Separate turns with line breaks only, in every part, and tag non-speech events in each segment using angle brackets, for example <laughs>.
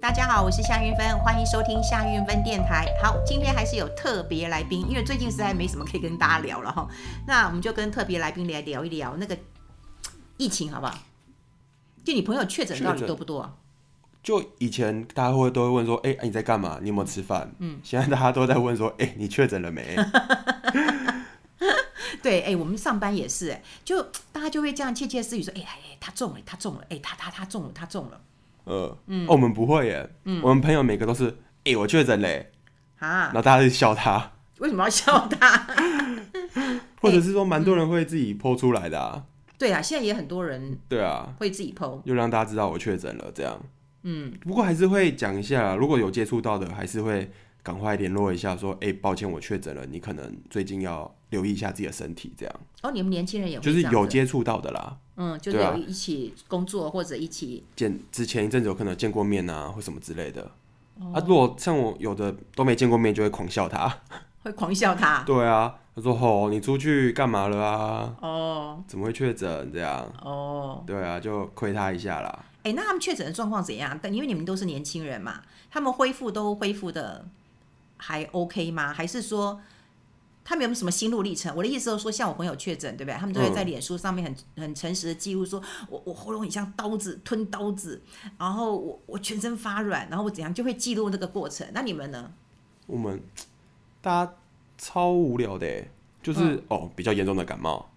大家好，我是夏运芬，欢迎收听夏运芬电台。好，今天还是有特别来宾，因为最近实在没什么可以跟大家聊了哈。那我们就跟特别来宾来聊一聊那个疫情，好不好？就你朋友确诊到底多不多啊、
就以前大家会都会问说，哎、啊你在干嘛？你有没有吃饭？嗯，现在大家都在问说，哎、你确诊了没？
对，哎、我们上班也是，哎，就大家就会这样窃窃私语说，哎、哎、哎，他中了，他中了，哎、他他他中了，他中了 <laughs>
呃，嗯、哦，我们不会耶，我们朋友每个都是，哎、我确诊嘞，
嗯啊
然？后大家就笑他，
为什么要笑他？哎
或者是说蛮多人会自己剖出来的啊，
对啊，现在也很多人
对啊，
会自己剖，
又让大家知道我确诊了这样。
嗯，
不过还是会讲一下啦，如果有接触到的，还是会赶快联络一下，说，哎、抱歉，我确诊了，你可能最近要留意一下自己的身体，这样
哦，你们年轻人也会
就是
这样
有
子
接触到的啦。
嗯，就是
对啊
有一起工作或者一起
见之前一阵子有可能有见过面啊，或什么之类的。啊，如果像我有的都没见过面，就会狂笑他。 <laughs>
会狂笑他。
对啊，他说：“吼，你出去干嘛了啊？
哦
怎么会确诊这样
哦，？”
对啊，就亏他一下啦。
哎、那他们确诊的状况怎样？但因为你们都是年轻人嘛，他们恢复都恢复的还 OK 吗？还是说他们有没有什么心路历程？我的意思是说，像我朋友确诊，对不对？他们都会在脸书上面很很诚实的记录说，我我喉咙很像刀子，吞刀子，然后我我全身发软，然后我怎样，就会记录那个过程。那你们呢？
我们大家超无聊的欸，就是、哦，比较严重的感冒。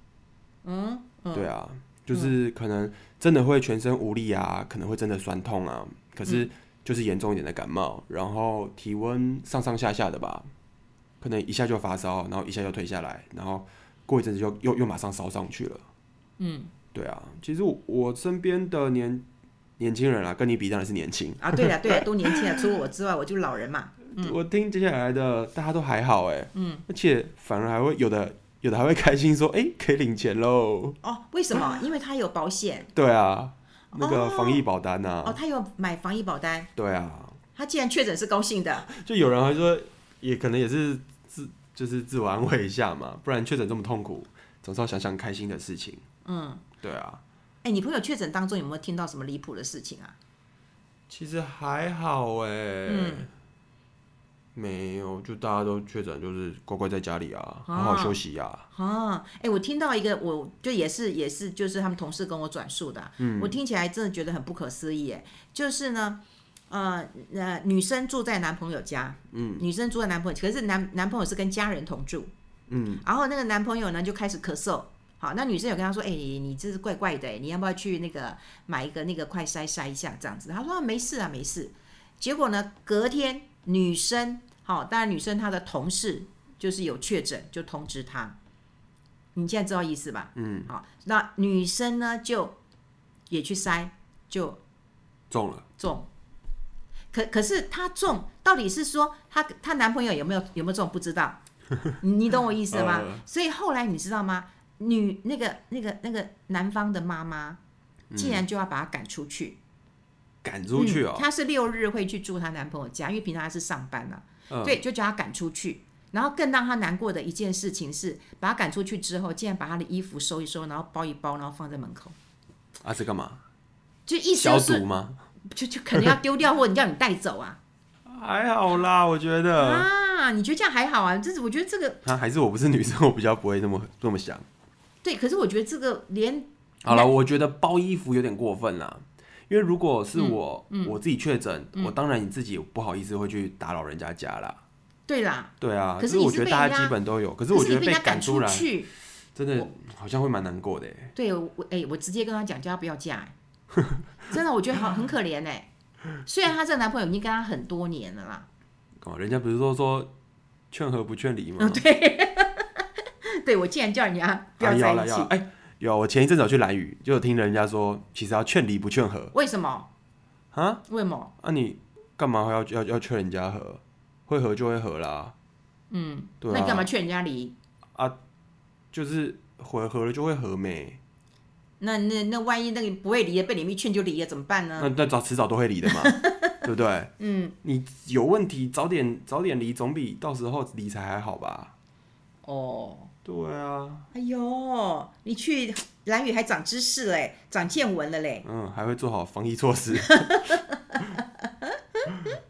嗯，对啊，就是可能真的会全身无力啊，可能会真的酸痛啊，可是就是严重一点的感冒，然后体温上上下下的吧，可能一下就发烧，然后一下就退下来，然后过一阵子就又又马上烧上去了。嗯，对啊，其实我我身边的年年轻人啊，跟你比当然是年轻。
啊，对了对 <laughs> 了，都年轻啊了，除了我之外，我就老人嘛。
我听接下来的大家都还好哎，嗯，而且反而还会有的有的还会开心说，哎、可以领钱喽。
哦，为什么？因为他有保险。
对啊，那个防疫保单呐、
哦，他有买防疫保单，
对啊，
他既然确诊是高兴的，
就有人还说，也可能也是自就是自我安慰一下嘛，不然确诊这么痛苦，总是要想想开心的事情。嗯，对啊，
哎，你朋友确诊当中有没有听到什么离谱的事情啊？
其实还好哎，没有，就大家都确诊，就是乖乖在家里啊，好好休息呀、
啊，哎，我听到一个，我就也是也是就是他们同事跟我转述的，嗯，我听起来真的觉得很不可思议，哎，就是呢。呃呃，女生住在男朋友家，嗯，女生住在男朋友，可是男男朋友是跟家人同住，嗯，然后那个男朋友呢就开始咳嗽，好，那女生有跟他说，哎、你这是怪怪的，你要不要去那个买一个那个快筛筛一下这样子？他说、啊没事啊，没事。结果呢，隔天女生，好、当然女生她的同事就是有确诊，就通知她。你现在知道意思吧？嗯，好，那女生呢就也去筛，就
中了，
中。可可是她中，到底是说她她男朋友有没有有没有中不知
<laughs>
道，你你懂我意思吗？
呃
所以后来你知道吗？女那个那个那个男方的妈妈，竟然就要把她赶出去。
赶嗯出去哦
嗯，她是六日会去住她男朋友家，因为平常她是上班啊，
嗯
对，就叫她赶出去。然后更让她难过的一件事情是，把她赶出去之后，竟然把她的衣服收一收，然后包一包，然后放在门口，
啊是干嘛？
就意思
消
就是
毒吗？
就就可能要丢掉，或者叫你带走
<laughs>
啊。
还好啦，我觉得。
啊，你觉得这样还好啊？这是我觉得这个
啊，还是我不是女生，我比较不会这么这么想。
对，可是我觉得这个连
好了，我觉得包衣服有点过分啦，因为如果是我、
嗯
我自己确诊，我当然你自己也不好意思会去打扰人家家啦。
对啦，
对啊，
可是
所以
你
我
是
觉得
被
大
人
家
家
基本都有，可是
可
我
是
觉
你
得
被
被
人家赶
出来，
去，
真的好像会蛮难过的耶。欸
对我我哎、我直接跟他讲叫他不要嫁、哎真的我觉得好很可怜哎、虽然她这个男朋友已经跟她很多年了啦， <laughs>
哦，人家不是说说劝和不劝离吗？
对我竟然叫人家哦不
啊
要在
啦
一
要
起，
啦哎、有啊我前一阵子有去蓝屿，就有听人家说，其实要劝离不劝和
为什么？
啊，
为什么？
那、你干嘛要要要劝人家和？会和就会和啦。嗯，对啊。
那你干嘛劝人家离？
就是合合了就会合没，
那那那万一那个不会离的被你们一劝就离了怎么办呢？
那那早迟早都会离的
<laughs>
嘛，对不对？嗯，你有问题早点早点离，总比到时候离才还好吧？
哦，
对啊，
哎呦，你去蓝宇还长知识嘞，长见闻了嘞。 <laughs>
嗯，还会做好防疫措施。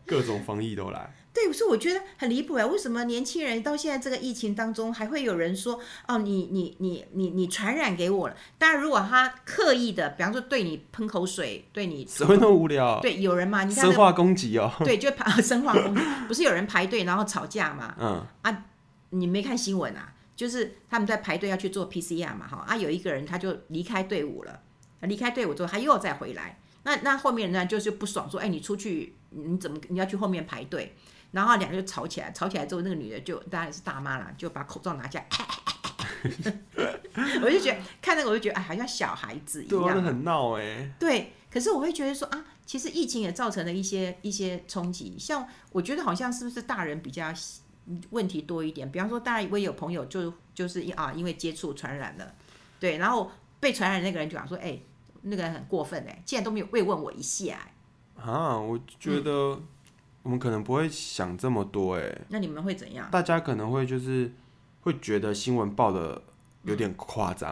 各种防疫都来。
对，所以我觉得很离谱哎，为什么年轻人到现在这个疫情当中，还会有人说哦，你你你你你传染给我了？当然，如果他刻意的，比方说对你喷口水，对你
谁会那么无聊？
对有人嘛，你看
生
那
化攻击哦。
对，就排 <laughs> 生化攻击，不是有人排队然后吵架嘛？
嗯，
你没看新闻啊？就是他们在排队要去做 PCR 嘛，哈啊，有一个人他就离开队伍了，离开队伍之后他又再回来，那那后面人呢就是不爽说，哎，你出去你怎么你要去后面排队？然后两个就吵起来，吵起来之后那个女的就当然是大妈啦，就把口罩拿下来， <laughs> 我就觉得看那个我就觉得哎，好像小孩子一
对啊，那
样，
很闹哎。
对，可是我会觉得说啊，其实疫情也造成了一些一些冲击，像我觉得好像是不是大人比较嗯问题多一点，比方说，当然我也有朋友就就是因啊，因为接触传染了，对，然后被传染的那个人就讲说，哎、那个人很过分哎、竟然都没有慰问我一下、哎
啊，我觉得
嗯
我们可能不会想这么多哎，
那你们会怎样？
大家可能会就是会觉得新闻报的有点夸张。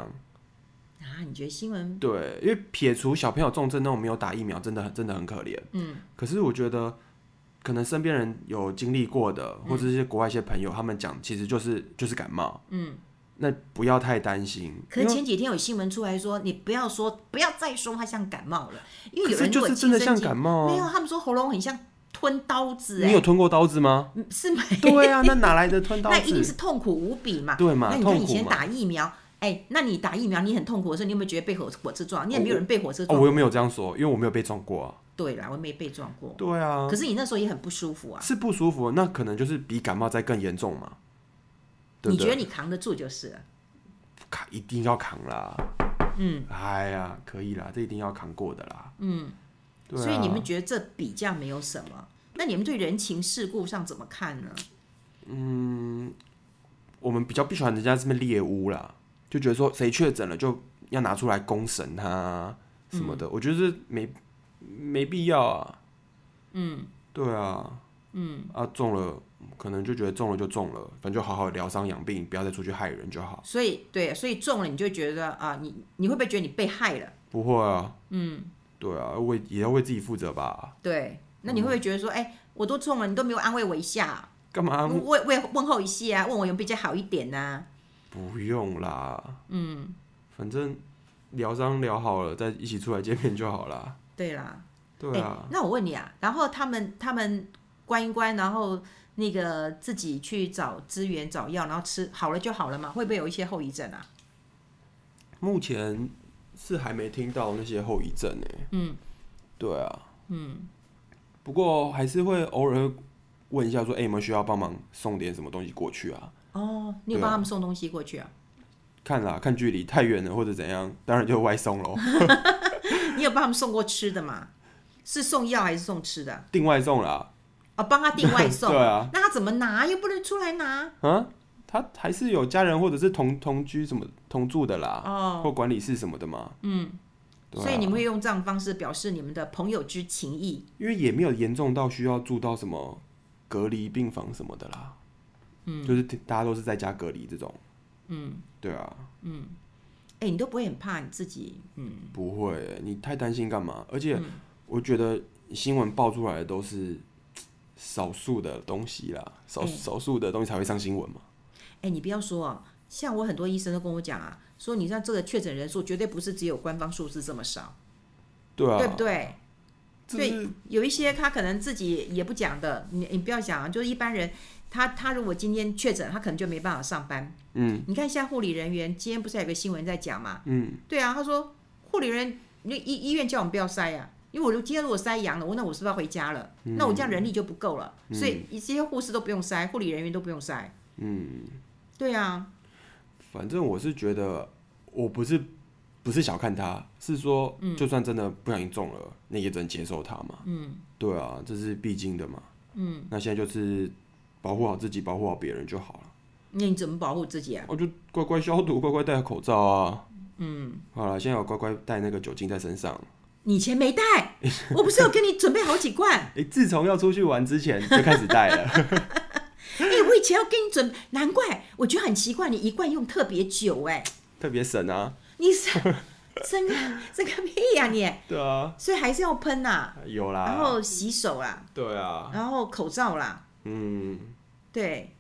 啊，你觉得新闻
对，因为撇除小朋友重症那种没有打疫苗，真的很真的很可怜。嗯，可是我觉得可能身边人有经历过的，
嗯
或者是国外一些朋友，他们讲其实就是就是感冒。嗯，那不要太担心，
可
因
是
为
前几天有新闻出来说，你不要说，不要再说他像感冒了，因为
可
有
是
人如
就
果
是
亲
真的
身
像
经
感冒
没
啊。
有，他们说喉咙很像吞刀子、
你有
哎，
吞过刀
<laughs>
子吗？
嗯是没，
对啊，那哪来的吞刀
那一定
子？
是痛苦无比嘛。
对嘛
那你看以
痛
前
苦嘛
打疫苗，哎、那你打疫苗你很痛苦的时候，你有没有觉得被火火车撞？你也没有人被火车
哦，
撞。
我又没有这样说，因为我没有被撞过啊。
对啦，我没被撞过。
对啊，
可是你那时候也很不舒服啊，
是不舒服，那可能就是比感冒再更严重嘛，对
你
不
觉得
对？
你扛得住就是了。
扛一定要扛啦。嗯，哎呀，可以啦，这一定要扛过的啦。嗯，对啊。
所以你们觉得这比较没有什么？那你们对人情世故上怎么看呢？
我们比较不喜欢人家这么猎巫啦，就觉得说谁确诊了就要拿出来公审他啊什么的，我觉得这没没必要啊。嗯，对啊，嗯啊中了，可能就觉得中了就中了，反正就好好疗伤养病，不要再出去害人就好。
所以对，所以中了你就觉得啊，你你会不会觉得你被害了？
不会啊，嗯，对啊，为也要为自己负责吧。
对，那你会不会觉得说，
嗯
哎、我都中了，你都没有安慰我一下，
干嘛
问问问候一下，啊问我有没有比较好一点啊呢、
不用啦？嗯，反正疗伤疗好了，再一起出来见面就好啦。
对啦，
对
哎
啊，
那我问你啊，然后他们他们关一关，然后那个自己去找资源找药，然后吃好了就好了嘛？会不会有一些后遗症啊？哎
目前是还没听到那些后遗症呢、嗯，对啊，嗯，不过还是会偶尔问一下说，哎、有没有需要帮忙送点什么东西过去啊？
哦，你有
对
帮
啊
他们送东西过去啊？
看啦，看距离太远了或者怎样，当然就外
<laughs>
送喽，啊
你有帮他们送过吃的吗？是送药还是送吃的？
订外送啦。
哦，帮他订外送。
<laughs> 对啊，
那他怎么拿？又不能出来拿。
啊，他还是有家人或者是同同居什么同住的啦，
哦，
或管理室什么的嘛。嗯，对啊、
所以你们会用这样的方式表示你们的朋友之情谊。
因为也没有严重到需要住到什么隔离病房什么的啦。嗯，就是大家都是在家隔离这种。嗯，对啊，
哎、你都不会很怕你自己？嗯，
不会欸，你太担心干嘛？而且我觉得新闻爆出来的都是少数的东西啦，少
嗯
少数的东西才会上新闻嘛。
哎、你不要说哦，像我很多医生都跟我讲啊，说你像这个确诊人数绝对不是只有官方数字这么少，
对啊，
对不对？
这
对
是
有一些他可能自己也不讲的，你你不要讲啊，就是一般人，他他如果今天确诊，他可能就没办法上班。嗯，你看现在护理人员，今天不是还有个新闻在讲嘛？嗯，对啊，他说护理人，那医医院叫我们不要筛呀、因为我如今天如果筛阳了，我那我是不是要回家了？那我这样人力就不够了，所以这些护士都不用筛，护理人员都不用筛。嗯，对啊，
反正我是觉得，我不是不是小看他，是说，就算真的不小心中了，那也只能接受他嘛。嗯，对啊，这是必经的嘛。嗯，那现在就是保护好自己，保护好别人就好了。哦
那你怎么保护自己啊？
我、就乖乖消毒，乖乖戴口罩啊。嗯，好了，现在有乖乖带那个酒精在身上。
你以前没带，我不是有给你准备好几罐？
诶、自从要出去玩之前就开始带了。
哎、我以前要给你准，难怪我觉得很奇怪，你一罐用特别久、哎，
特别省啊！
你是真个真个屁屁呀、你！
对啊，
所以还是要喷呐、
有啦，
然后洗手啦，
对啊，
然后口罩啦，
嗯，
对，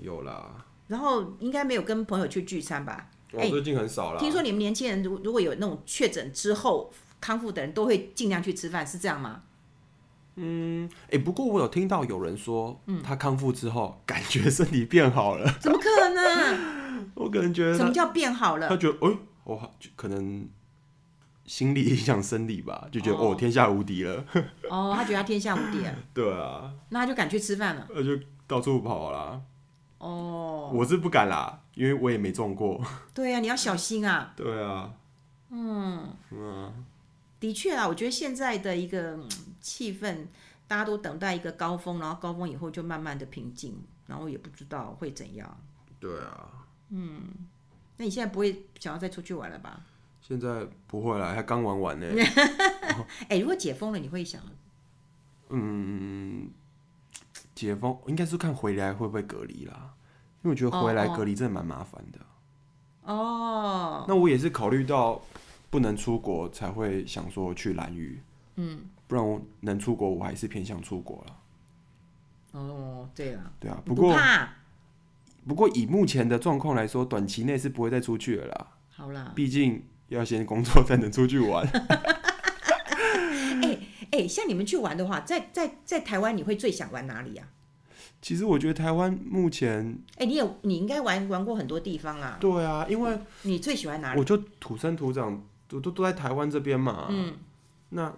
有啦。
然后应该没有跟朋友去聚餐吧？
我
哎
最近很少啦。
听说你们年轻人如如果有那种确诊之后康复的人，都会尽量去吃饭，是这样吗？
哎、不过我有听到有人说，
嗯
他康复之后感觉身体变好了。
怎么可能？
<laughs> 我可能觉得
什么
他
叫变好了
他？觉得，哎、我好就可能心理影响生理吧，就觉得
哦
哦天下无敌了。
哦，他觉得他天下无敌了，
对啊，
那他就敢去吃饭了。
那就到处跑啦。
哦，
我是不敢啦，因为我也没中过。
对呀、你要小心啊。
对啊，
的确啊，我觉得现在的一个嗯气氛，大家都等待一个高峰，然后高峰以后就慢慢的平静，然后也不知道会怎样。
对啊，
那你现在不会想要再出去玩了吧？
现在不会啦，还刚玩完呢。
<laughs> 哎、如果解封了，你会想
嗯，解封应该是看回来会不会隔离啦，因为我觉得回来
哦哦
隔离真的蛮麻烦的。
哦，
那我也是考虑到不能出国才会想说去蓝屿，嗯，不然我能出国我还是偏向出国了。
哦，对了，
对啊，
你
过
怕，
不过以目前的状况来说，短期内是不会再出去了啦，
好啦，
毕竟要先工作才能出去 <laughs> 玩。
哎、像你们去玩的话，在在在台湾，你会最想玩哪里啊？
其实我觉得台湾目前
哎、你有你应该玩玩过很多地方啦，
对啊，因为
你最喜欢哪里？
我就土生土长，都都都在台湾这边嘛，嗯，那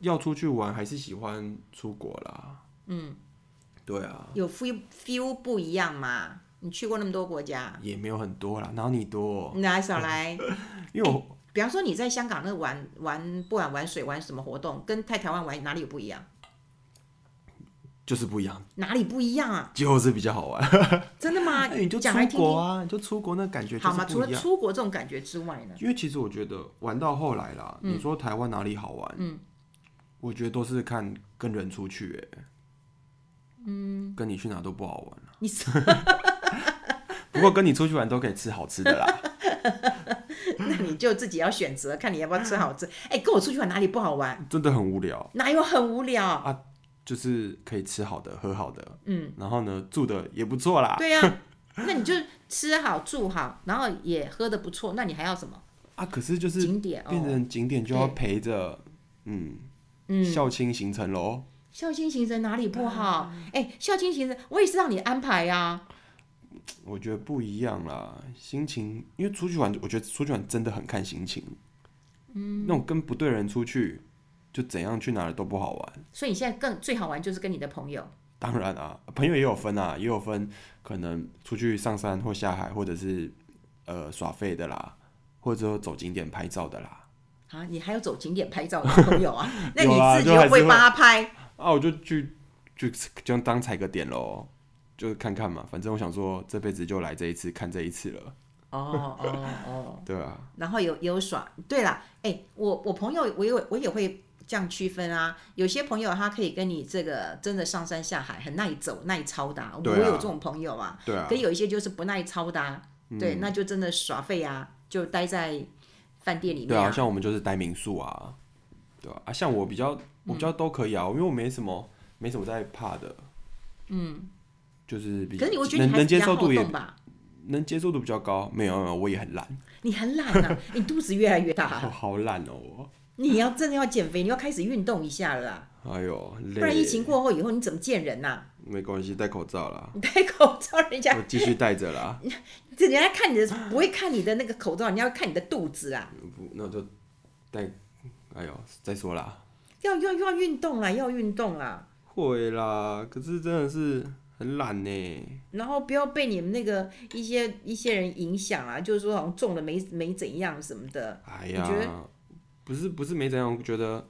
要出去玩还是喜欢出国啦，嗯，对啊，
有 feel feel 不一样嘛？你去过那么多国家，
也没有很多啦，哪有你多？
来少来。
因为我
比方说你在香港那玩玩不管玩水玩什么活动，跟在台湾玩哪里有不一样？
就是不一样，
哪里不一样啊？
就是比较好玩。
真的吗？
<laughs> 那你就出
讲来听
国
听。
啊，你就出国那感觉就
好嘛，
是
除
不
了
一样。
出国这种感觉之外呢？ <laughs>
因为其实我觉得玩到后来啦，
嗯
你说台湾哪里好玩？嗯，我觉得都是看跟人出去、欸，嗯，跟你去哪都不好玩啊。
你是 <laughs>
不过跟你出去玩都可以吃好吃的啦。 <laughs>
那你就自己要选择，看你要不要吃好
<laughs>
吃。哎、跟我出去玩哪里不好玩？
真的很无聊，
哪有很无
<laughs>
聊？
就是可以吃好的、喝好的，
嗯，
然后呢住的也不错啦。
对呀、啊，那你就吃好住好，然后也喝的不错，那你还要什么
啊，可是就是
景点？
变
哦，
成景点就要陪着，嗯，孝亲行程喽。
孝亲行程哪里不好？
嗯
哎、孝亲行程我也是让你安排啊呀、
我觉得不一样啦，心情，因为出去玩，我觉得出去玩真的很看心情。嗯，那种跟不对的人出去，就怎样去哪儿都不好玩。
所以你现在更最好玩就是跟你的朋友。
当然啊，朋友也有分啊，也有分可能出去上山或下海，或者是呃耍废的啦，或者说走景点拍照的啦。
啊，你还有走景点拍照的朋友
<laughs>
啊？那
有啊
你自己
就还
又
是
会
会
帮他
<laughs>
拍？
啊，我就去就就当踩个点喽，就看看嘛，反正我想说这辈子就来这一次，看这一次了，
哦哦哦，
对啊，
然后有有耍。对了，哎，我我朋友我也我也会这样区分啊。有些朋友他可以跟你这个真的上山下海，很耐走耐操的啊、我
对啊
有这种朋友啊。
对啊嗯
可，有一些就是不耐操的、啊，对，那就真的耍废啊，就待在饭店里
对
面
啊，像我们就是待民宿啊，对啊，啊像我比较
嗯
我比较都可以啊，因为我没什么没什么在怕的，嗯，就是比
可是你我觉得你
能
还是比
能接
较
受
好
度也
动吧，
能接受度比较高，没有没有，我也很懒，
你很懒啊，你肚子越来越大
我
了，
<laughs> 好懒哦、我
你要真的要减肥，你要开始运动一下了啊。
哎呦，累
不然疫情过后以后你怎么见人呐、 <laughs>
没关系，戴口罩啦，
你戴口罩，人家
我继续戴着啦，
人家看你的不会看你的那个口罩，人家要看你的肚子啊！
不那我就戴，哎呦，再说啦。
要要要运动啦，要运动啦，
会啦，可是真的是很懒呢。
然后不要被你们那个一些一些人影响啊，就是说好像中了没没怎样什么的。
哎
你觉
呀，不是不是没怎样，我觉得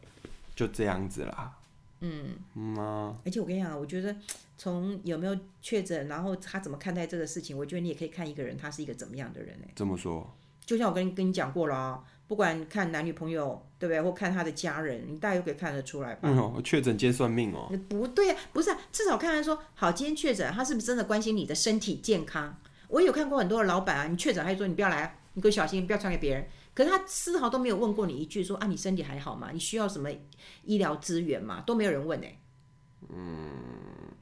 就这样子啦。嗯嗯啊，
而且我跟你讲啊，我觉得从有没有确诊，然后他怎么看待这个事情，我觉得你也可以看一个人他是一个怎么样的人呢、欸
这么说，
就像我跟跟你讲过了啊、不管看男女朋友，对不对，或看他的家人，你大概就可以看得出来吧。
嗯哦，确诊皆算命哦、
不对啊，不是、啊，至少看看说，好，今天确诊，他是不是真的关心你的身体健康？我有看过很多的老板啊，你确诊，他就说你不要来啊，你给我小心，不要传给别人。可是他丝毫都没有问过你一句说啊，你身体还好吗？你需要什么医疗资源吗？都没有人问哎、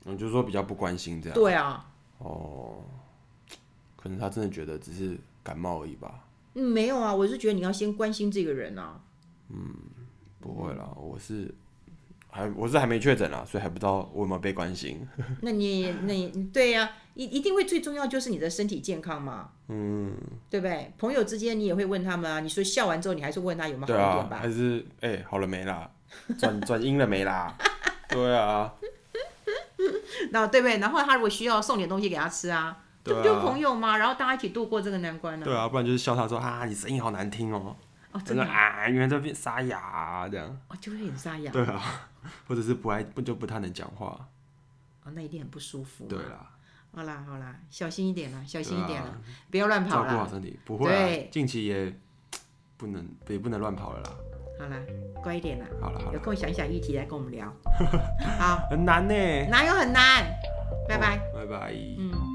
你就说比较不关心这样。
对啊，
哦，可能他真的觉得只是感冒而已吧？
嗯，没有啊，我是觉得你要先关心这个人啊。
不会啦，
嗯
我是还我是还没确诊啦，所以还不知道我有没有被关心。
那你那你对呀、一一定会最重要就是你的身体健康嘛，嗯，对不对？朋友之间你也会问他们啊，你说笑完之后你还是问他有没有好
对
一
啊
点，吧？
还是哎、好了没啦？转转阴了
<laughs>
没啦？对啊，
那、对不对？然后他如果需要送点东西给他吃啊，这不
对
就
啊
朋友嘛，然后大家一起度过这个难关呢、
对啊，不然就是笑他说啊，你声音好难听哦、
哦，真
真
的
的
啊，
啊，原来这边沙哑、啊、这样。
哦，就会很沙哑，
对啊，或者是不爱不就不太能讲话。
哦，那一定很不舒服。
对，啦，
好啦好啦，小心一点啦，小心一点啦，
对啊
不要乱
照
跑
顾好
啦。
身体，不会啊
对，
近期也不能也不能乱跑了啦。
好啦，乖一点啦，
好了好
有
了，
空想一想议题来跟
<laughs>
我们聊。好，
很难呢。
哪有很难？拜拜。
哦，拜拜。
嗯。